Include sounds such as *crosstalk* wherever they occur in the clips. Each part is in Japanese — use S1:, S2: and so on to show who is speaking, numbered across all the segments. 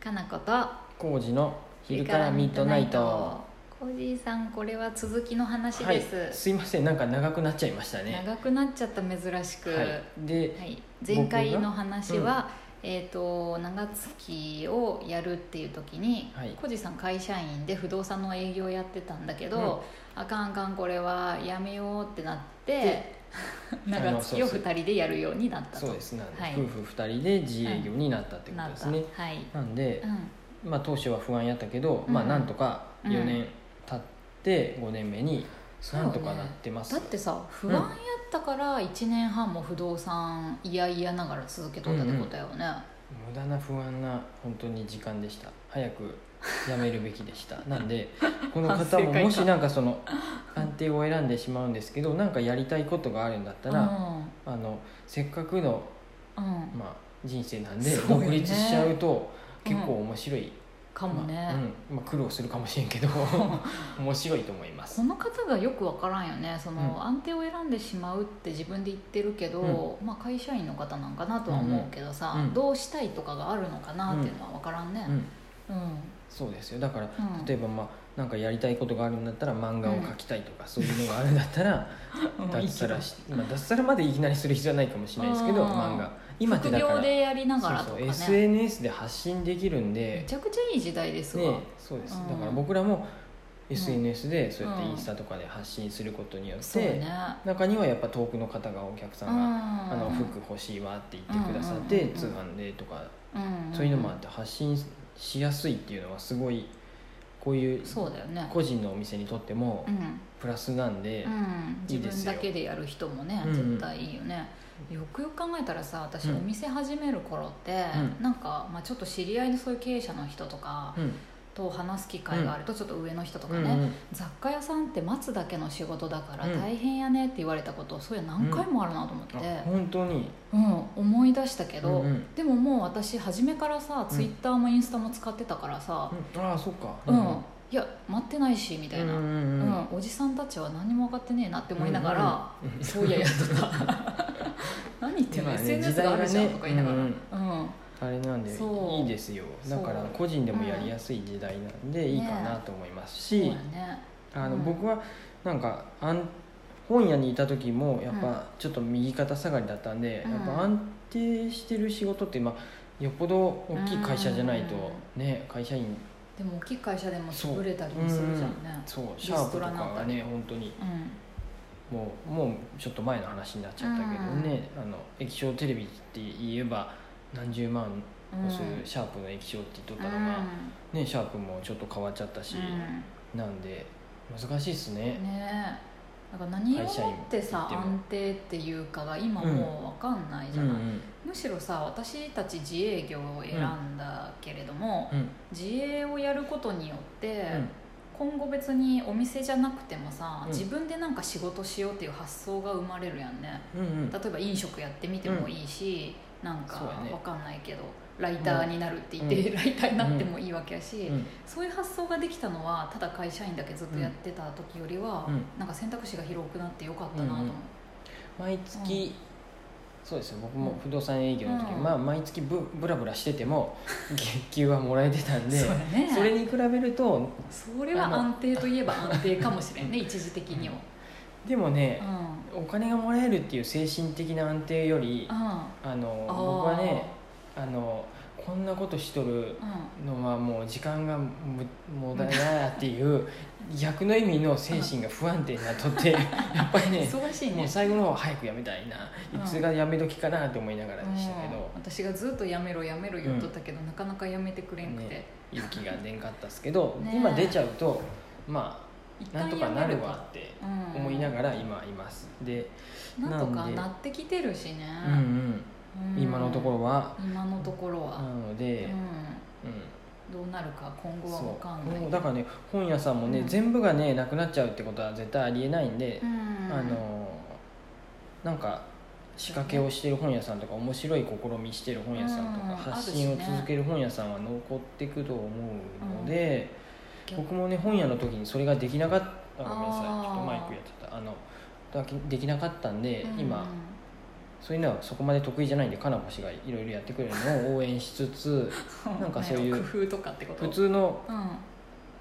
S1: かなこと
S2: 工事の昼からミッドナイト。
S1: コージーさんこれは続きの話です。
S2: はい、すいませんなんか長くなっちゃいましたね
S1: 長くなっちゃった珍しく。は。
S2: はいいで
S1: 前回の話は、えっ、と長月をやるっていう時に、
S2: はい
S1: コージーさん会社員で不動産の営業やってたんだけど、あかんあかんこれはやめようってなって、
S2: あ
S1: *laughs* 長
S2: のそう
S1: 月
S2: そ
S1: を
S2: う
S1: 二人でやるようになったと。
S2: そうですなんで、
S1: はい
S2: 夫婦2人で自営業になったってこと
S1: なっ
S2: で
S1: た。
S2: すね、
S1: はい。
S2: なんで
S1: う、ん。
S2: まあ、当初は不安やったけど、まあ
S1: うん
S2: なんとか
S1: うん
S2: 4年経って5年目に
S1: そう
S2: な
S1: よね
S2: んとかなってます、
S1: だってさ不安やったから1年半も不動産いやいやながら続けとったってことやよね、
S2: 無駄な不安な本当に時間でした早くやめるべきでした
S1: *laughs*
S2: なんでこの
S1: 反省
S2: 方
S1: 会
S2: も
S1: か
S2: もしなんかその安定を選んでしまうんですけどなんかやりたいことがあるんだったら、あのせっかくの、
S1: うん、うん
S2: まあ、人生なんで
S1: そうよね
S2: 独立しちゃうと結構面白い、
S1: かもね、
S2: まあうんまあ、苦労するかもしれんけ
S1: *laughs*
S2: ど面白いと思います
S1: この方がよくわからんよねその、
S2: うん
S1: 安定を選んでしまうって自分で言ってるけど、まあ、会社員の方なんかなとは思うけどさ、
S2: うんうん
S1: どうしたいとかがあるのかなっていうのはわからんね
S2: うん
S1: うん、
S2: そうですよだから、
S1: うん
S2: 例えばまあなんかやりたいことがあるんだったら漫画を描きたいとか、そういうのがあるんだっ
S1: *laughs*
S2: たら脱サラし、まあ、脱サラまでいきなりする必要はないかもしれないですけど
S1: あー
S2: 漫画今って
S1: 副
S2: だから
S1: 業でやりながらと
S2: そう
S1: か
S2: そう
S1: ね
S2: SNS で発信できるん
S1: め
S2: で
S1: ちゃくちゃいい時代ですわ、
S2: ね、そうです、
S1: うん
S2: だから僕らも SNS でそうやって
S1: うん
S2: インスタとかで発信することによって、
S1: そうね
S2: 中にはやっぱ遠くの方がお客さんが
S1: あ
S2: 「あの服欲しいわ」って言ってくださって、
S1: うんうんうんうん
S2: 通販でとかそういうのもあって発信しやすいっていうのはすごいこういう
S1: そうだよね
S2: 個人のお店にとっても
S1: うん
S2: プラスなんで、
S1: うん、自
S2: いいです
S1: 分
S2: よ
S1: だけでやる人もね
S2: うんうん
S1: 絶対いいよね、よくよく考えたらさ私
S2: う
S1: お
S2: ん
S1: 店始める頃って、
S2: うん
S1: なんか、まあ、ちょっと知り合いのそういう経営者の人とか
S2: うん
S1: と話す機会があると、ちょっと上の人とかね、
S2: うんうん
S1: 雑貨屋さんって待つだけの仕事だから
S2: うん
S1: 大変やねって言われたことそういや何回もあるなと思って、
S2: あ本当に
S1: うん思い出したけど、
S2: うんうん
S1: でももう私初めからさツイッターもインスタも使ってたからさ
S2: うんああそっか
S1: うん、いや待ってないしみたいな、
S2: うんう
S1: うん
S2: うん
S1: ん、おじさんたちは何も分かってねえなって思いながら、
S2: うんうんうん
S1: そういややっとった何言ってんの、
S2: まあね
S1: SNS があるじゃん
S2: 時代がね
S1: とか言いながら、
S2: う
S1: うんん
S2: あれなんで
S1: そう
S2: いいですよだから
S1: そう
S2: 個人でもやりやすい時代なんでいいかなと思いますし、
S1: そうやね
S2: あの
S1: うん
S2: 僕はなんかあん本屋にいた時もやっ
S1: うん
S2: ぱちょっと右肩下がりだったんで、
S1: うん
S2: やっぱ安定してる仕事って、まあ、よっぽど大きい会社じゃないと、ね会社員
S1: でも大きい会社でも
S2: そう
S1: 潰れたりもするじゃんね
S2: そう
S1: リ
S2: シャー
S1: ス
S2: プ
S1: ト
S2: とか
S1: ラなん
S2: は
S1: か
S2: ね本当に
S1: うん、
S2: もうもうちょっと前の話になっちゃったけどね、あの液晶テレビって言えば何十万
S1: う
S2: も
S1: ん
S2: するシャープの液晶って言っとったのが、ね、シャープもちょっと変わっちゃったし、なんで難しいっす
S1: う
S2: ね
S1: ん、ねえだから何をも
S2: 会社員
S1: ってさ
S2: って言っても
S1: 安定っていうかが今もう分かんないじ
S2: う
S1: ゃ
S2: んう
S1: ない、
S2: ん
S1: むしろさ私たち自営業を選んだけれども、
S2: うん
S1: 自営をやることによって、
S2: うん
S1: 今後別にお店じゃなくてもさ、
S2: うん
S1: 自分でなんか仕事しようっていう発想が生まれるやんね
S2: うんうん
S1: 例えば飲食やってみてもいいし、なんか
S2: そうやね
S1: わかんないけど、ライターになるって言って、
S2: う
S1: ライターになってもいいわけやし、
S2: うん
S1: そういう発想ができたのはただ会社員だけずっとやってた時よりは、
S2: うん
S1: なんか選択肢が広くなってよかったなと思う、
S2: うん毎月、そうですよ僕も
S1: うん
S2: 不動産営業の時、
S1: うん
S2: まあ毎月ぶぶらぶらしてて *laughs* も月給はもらえてたんで
S1: そうやね
S2: それに比べると
S1: それは
S2: あの
S1: 安定といえば安定かもしれ *laughs* んね一時的には
S2: でも
S1: う
S2: ね、
S1: んうん
S2: お金がもらえるっていう精神的な安定より、
S1: あ
S2: あの
S1: あー
S2: 僕はねあのこんなことしとる
S1: う
S2: のはもう時間が無無駄だっていう逆の意味の精神が不安定になっとっ
S1: *laughs*
S2: てやっぱり
S1: ん
S2: ね
S1: 忙しい
S2: も
S1: ね
S2: う最後の方は早くやめたいな
S1: うん
S2: いつがやめ時かなって思いながらでしたけ
S1: うん
S2: ど、
S1: 私がずっとやめろやめろ言っとったけど、なかなかやめてくれんくて、
S2: ね勇気が出んかったっすけど、
S1: ねえ
S2: 今出ちゃうとま
S1: 一
S2: あなん
S1: 旦
S2: と
S1: や
S2: かな
S1: め
S2: る
S1: る
S2: わ
S1: わ
S2: って
S1: うん
S2: 思いながら今いますで、
S1: なんと
S2: な
S1: か
S2: んで
S1: なってきてるしね、
S2: うん
S1: う
S2: うん
S1: ん
S2: 今のところは
S1: 今のところは
S2: な、の
S1: う
S2: で、
S1: ん、
S2: うん、
S1: どうなるか今後は
S2: そう
S1: 分かんない
S2: もうだからね本屋さんもね、
S1: うん
S2: 全部がねなくなっちゃうってことは絶対ありえないんで、
S1: うん
S2: あのなんか仕掛けをしてる本屋さんとか面白い試みしてる本屋さんとか、
S1: うん
S2: 発信を
S1: あるしね
S2: 続ける本屋さんは残っていくと思うので、
S1: 逆
S2: 僕もね本屋の時にそれができなかったあごめんなさい
S1: あー
S2: ちょっとマイクやってたあのだきできなかったんで、今
S1: うん
S2: そういうのはそこまで得意じゃないんでかなこ氏がいろいろやってくれるのを応援しつつなんか
S1: *laughs*
S2: そういう
S1: 工夫とかってこと
S2: 普通の
S1: うんあ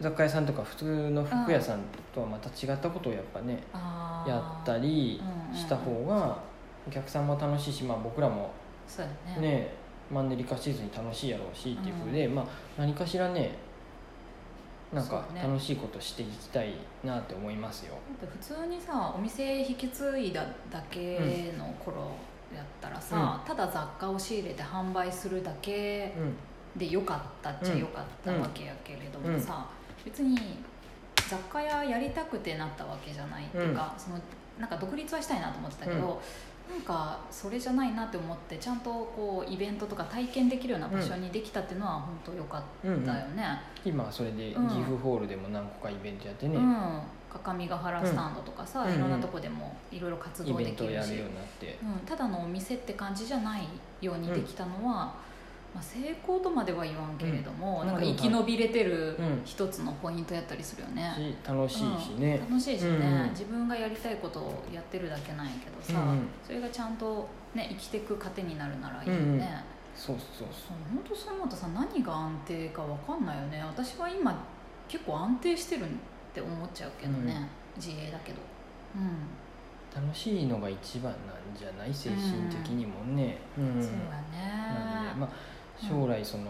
S2: 雑貨屋さんとか普通の服屋さんとはまた違ったことをやっぱね
S1: あー
S2: やったりした方がお客さんも楽しいし、まあ、僕らも
S1: そうやね
S2: ねマンネリ化しずに楽しいやろうしっていうふうで、まあ、何かしらねなんか
S1: そうね
S2: 楽しいことしていきたいなって思いますよ。
S1: だって普通にさお店引き継いだだけの頃やったらさ、ただ雑貨を仕入れて販売するだけ
S2: うん
S1: でよかったっちゃよかったわけやけれどもさ、別に雑貨屋やりたくてなったわけじゃないっていうか、そのなんか独立はしたいなと思ってたけど、なんかそれじゃないなって思ってちゃんとこうイベントとか体験できるような場所にできたっていうのは本当よかったよね。
S2: 今はそれで岐
S1: うん
S2: 阜ホールでも何個かイベントやってね、
S1: うん、各務原スタンドとかさ、
S2: うん
S1: いろんなとこでもいろいろ活
S2: イ
S1: 動
S2: ベ
S1: で
S2: ン
S1: き
S2: トをや
S1: るし、
S2: るようになって、
S1: うん、ただのお店って感じじゃないようにできたのは、まあ、成功とまでは言わんけれども、
S2: うん
S1: なんか
S2: まあで
S1: 生き
S2: も
S1: 延びれてる
S2: うん
S1: 一つのポイントやったりするよね、
S2: し楽しいしね、
S1: 楽しいしね、
S2: うん
S1: 自分がやりたいことをやってるだけなんやけどさ、
S2: うんうん
S1: それがちゃんと、ね、生きてく糧になるならいいよね、
S2: うんうんそうそうそ
S1: そう本当そう思うとさ何が安定か分かんないよね私は今結構安定してるって思っちゃうけどね、自営だけどうん、
S2: う楽しいのが一番なんじゃない精神的にもね、うん
S1: そうやね
S2: なので、まあ、将来その、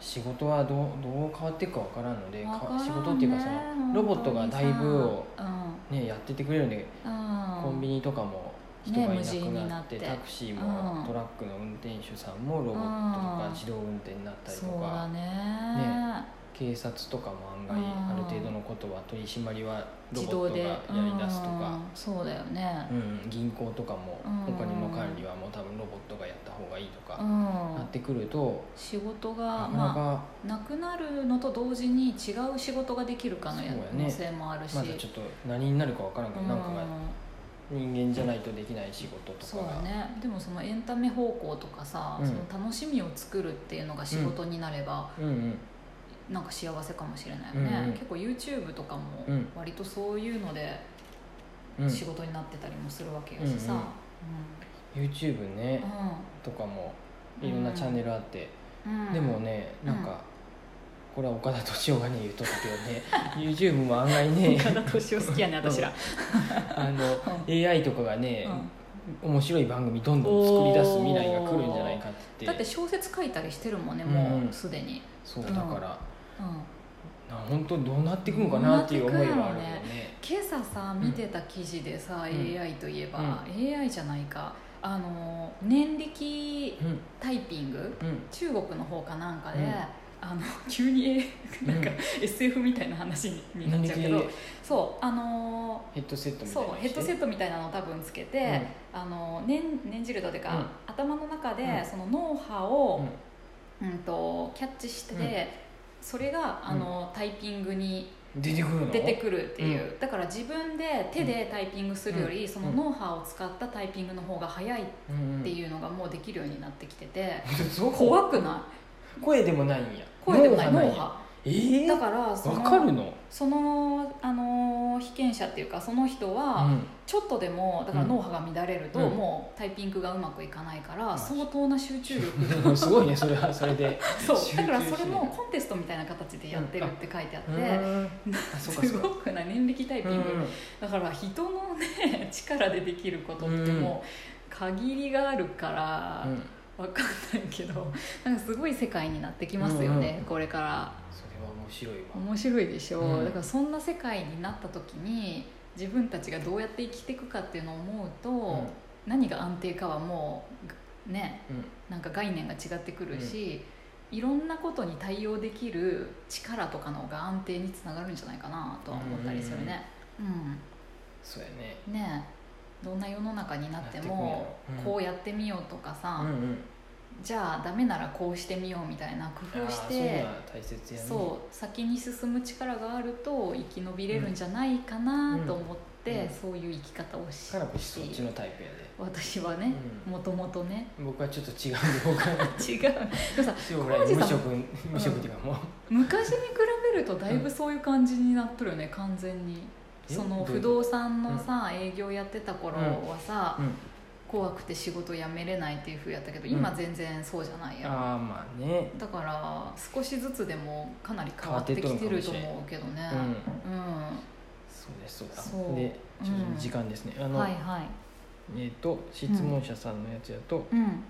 S2: 仕事はどうどう変わっていくか分からんので
S1: うんわ
S2: か
S1: からんね
S2: 仕事っていうかそのロボットがだいぶを、
S1: 本
S2: ね、やっててくれるんで、
S1: 当にさうんうん、
S2: コンビ
S1: ニ
S2: ニとかも人がいな
S1: ね無人
S2: く
S1: に
S2: な
S1: な
S2: っ,、
S1: ってて
S2: タクシーも、
S1: うん
S2: トラックの運転手さんもロボットとか
S1: うん
S2: 自動運転になったりと
S1: そうだ
S2: か、
S1: ね
S2: 警察とかも案外、
S1: うん
S2: ある程度のことは取り締まりはロ
S1: 自
S2: ボ
S1: 動
S2: ットが
S1: で
S2: やりだすとか、
S1: うんそうだよね
S2: うん銀行とかも、
S1: うん
S2: お金の管理はもう多分ロボットがやった方がいいと
S1: う
S2: か、
S1: ん
S2: なってくると
S1: 仕事
S2: な
S1: が
S2: かなか、
S1: まあ、なくなるのと同時に違う仕事ができるかのや
S2: そうやね
S1: 可能性もあるし、
S2: まだちょっと何になるか分からんけど、なんかが
S1: うん
S2: 人間じゃないとできない仕事とか
S1: そう
S2: が
S1: だねでもそのエンタメ方向とかさ、
S2: うん
S1: その楽しみを作るっていうのが仕事になれば、
S2: うんうん
S1: なんか幸せかもしれないよね、
S2: うんうん
S1: 結構 YouTube とかも
S2: うん
S1: 割とそういうので
S2: うん
S1: 仕事になってたりもするわけやしさ、
S2: う
S1: うんん
S2: うん YouTube ねとかもいろんなチャンネルあって、
S1: うん
S2: でもね
S1: うん
S2: なんか、これは岡田敏夫がね言うとっ
S1: *laughs*
S2: たけどね YouTube も案外ね
S1: 岡田敏夫好きやね私
S2: *laughs*
S1: ら、
S2: あの AI とかがね、面白い番組どんどん作
S1: お
S2: り
S1: ー
S2: 出す未来が来るんじゃないかって
S1: うん
S2: 言
S1: だ
S2: っ
S1: ってて小説書いたりしてるもんね
S2: う
S1: も
S2: んうん
S1: うすでに、
S2: そう
S1: う
S2: だ
S1: ん
S2: から、
S1: うん
S2: な本当どうなっていくのかなっていう思いはあるよ
S1: どうなって
S2: ね
S1: 今朝さ見てた記事でさ、
S2: ん
S1: AI といえば、AI じゃないかあの年力タイピング、
S2: うんうん
S1: 中国の方かなんかで、
S2: うん
S1: あの *laughs* 急に
S2: うん
S1: なんか SF みたいな話にになっちゃうけど、
S2: 何気
S1: そうあの
S2: ヘッドセット
S1: ー
S2: みたい
S1: そ
S2: な
S1: うヘッドセットみたいなのを多分つけて、あのー念念じるというか、
S2: うん
S1: 頭の中で、
S2: うん
S1: その脳波
S2: ト
S1: を、うんとキャッチして、
S2: うん
S1: それがあのー、タイピングに
S2: 出てくるの
S1: 出てくるっていう、だから自分で手でタイピングするより、その脳波を使ったタイピングの方が早いっ
S2: うんうん
S1: ていうのがもうできるようになってきてて、
S2: そう
S1: 怖くない
S2: 声でもないんや
S1: 声でもない脳
S2: んや
S1: 波
S2: えー、
S1: だからそ
S2: わかる
S1: の
S2: の
S1: その、あのー被験者っていうかその人はちょっとでもだから脳波が乱れると
S2: うん
S1: もうタイピングがうまくいかないか
S2: うん
S1: ら相当な集中力
S2: うんすごいねそれは *laughs* それで
S1: そうだからそれも
S2: 集中し
S1: コンテストみたいな形でやってるって書いてあって
S2: るう
S1: て
S2: ーんあそうか
S1: す
S2: そうか
S1: ごくない年力タイピングだから人のね *laughs* 力でできることってもう限りがあるから
S2: うんうん
S1: わかんないけどなんかすごい世界になってきますよ
S2: うんう
S1: ね
S2: ん
S1: これから。
S2: それは面白いわ
S1: 面白いでしょ、
S2: うん
S1: だからそんな世界になった時に自分たちがどうやって生きていくかっていうのを思うと、
S2: うん
S1: 何が安定かはもうね
S2: うん
S1: なんか概念が違ってくるし、いろんなことに対応できる力とかの方が安定につながるんじゃないかなとは思ったりするね。うん
S2: そうやね
S1: ねえどんな世の中になって
S2: なっ
S1: も
S2: てくんやろうん
S1: こうやってみようとかさ、
S2: うんうん
S1: じゃあダメならこうしてみようみたいな工
S2: あ
S1: 夫
S2: ー
S1: し
S2: そういう
S1: て
S2: のは大切やね
S1: そう先に進む力があると生き延びれるんじゃないかなと思って、
S2: うんうん
S1: そういう生き方をし
S2: かなこしそっち
S1: し
S2: のタイプや
S1: 私は
S2: で
S1: ねもともとね *laughs*
S2: うん僕はちょっと違う僕は
S1: 違うでもさ
S2: 将来
S1: 浩二
S2: 無
S1: さん
S2: 職無職っていうかもう
S1: 昔に比べるとだいぶそういう感じになっとるよね完全に
S2: え
S1: その
S2: どういう
S1: 不
S2: こと
S1: 動産のさ、営業やってた頃はさ、
S2: うん
S1: 怖くて仕事辞めれないっていうふうやったけど今
S2: うん
S1: 全然そうじゃないやん、
S2: ああまあね
S1: だから少しずつでもかなり変わってきてると思うけどね
S2: う。ん
S1: うん、
S2: そうですそうだ
S1: そう
S2: でちょっ
S1: うん
S2: と時間ですね、あの、
S1: はいはい。
S2: えっ、と質問者さんのやつだと、
S1: うん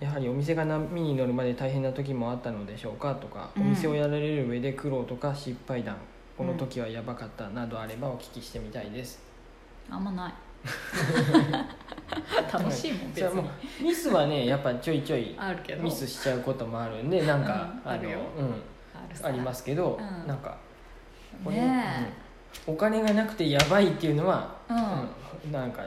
S2: やはりお店が波に乗るまで大変な時もあったのでしょうかとか、
S1: うん
S2: お店をやられる上で苦労とか失敗談この時はやばかったなどあればお聞きしてみたいです、
S1: あんま
S2: *laughs*
S1: ない。楽しいもん別
S2: じゃあも
S1: に。
S2: うミス
S1: *laughs*
S2: はねやっぱちょいちょい
S1: あるけど。
S2: ミスしちゃうこともあるんでなんか、
S1: うんあるよ
S2: の
S1: ある。
S2: うん、ありますすけど、
S1: うん
S2: なんかこれ
S1: ね
S2: うんお金がなくてやばいっていうのは、
S1: え。うん。
S2: うんなんか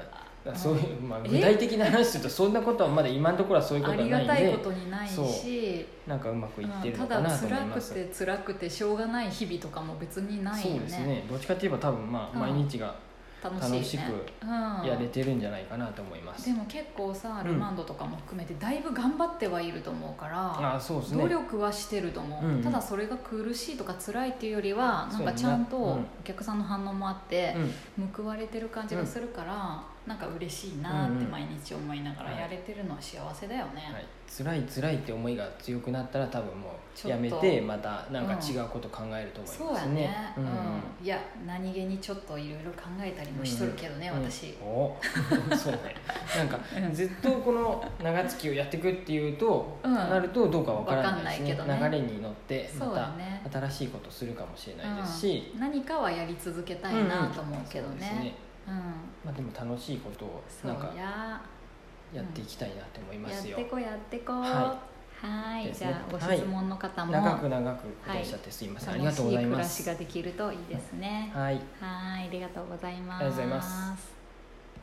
S2: そういう、まあ、
S1: え
S2: 具体的な話するとそんなことはまだ今のところはそういうこ
S1: あ
S2: とは
S1: り
S2: な
S1: が
S2: いん
S1: たい
S2: で
S1: ことにない
S2: そう
S1: し、
S2: なんかうまくいって
S1: うん
S2: る
S1: た
S2: のか
S1: だ
S2: なと思
S1: 辛
S2: いま
S1: く
S2: す、
S1: て辛くてしょうがない日々とかも別にないよ
S2: そう
S1: ね。
S2: ですねどっちかっていえば多分まあ
S1: うん
S2: 毎日が
S1: 楽
S2: 楽
S1: しい
S2: し
S1: ね。
S2: くや
S1: うん
S2: れてるんじゃないかなと思います、
S1: でも結構さ
S2: うん
S1: ルマンドとかも含めてだいぶ頑張ってはいると思うから、
S2: ああそうですね
S1: 努力はしてると思う、
S2: うんうん
S1: ただそれが苦しいとか辛いっていうよりはなんかちゃんと
S2: そうや
S1: お
S2: なうん
S1: 客さんの反応もあって
S2: うん
S1: 報われてる感じがするから、なんか嬉しいなって毎日思いながらやれてるのは幸せだよね、
S2: はい、辛い辛いって思いが強くなったら多分も
S1: ち
S2: う
S1: ょっ
S2: や
S1: と
S2: めてまたなんか違うこと考えると思
S1: そう
S2: いま
S1: や
S2: す
S1: ね
S2: ね、
S1: うんん
S2: ん
S1: いや何気にちょっといろいろ考えたりもしとるけどね、
S2: うん
S1: 私、 *laughs*
S2: おそうねなんか
S1: うん
S2: ずっとこの長月をやっていくっていうと、
S1: うん
S2: なるとどうかわからないですね
S1: わかんないけどね
S2: 流れに乗って
S1: そうだ
S2: ま
S1: ね
S2: た新しいことするかもしれないですし、
S1: うん何かはやり続けたいなと思うけど
S2: そうです
S1: ね,、うん
S2: まあ、でも楽しいことを
S1: そ
S2: なん
S1: う
S2: か
S1: や
S2: やっていきたいなと思いま
S1: やっ
S2: すよ、
S1: てこやってこ
S2: は
S1: はい
S2: で
S1: じ
S2: すね
S1: ゃあご質問の方も、
S2: 長く長く答えしちゃってすいません、ありが
S1: 楽し
S2: とうござい
S1: い暮
S2: ま
S1: ら
S2: す
S1: しができるといいですね
S2: はい
S1: はいありがとうございます
S2: ありがとうございます